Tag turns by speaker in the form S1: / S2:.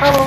S1: Hello.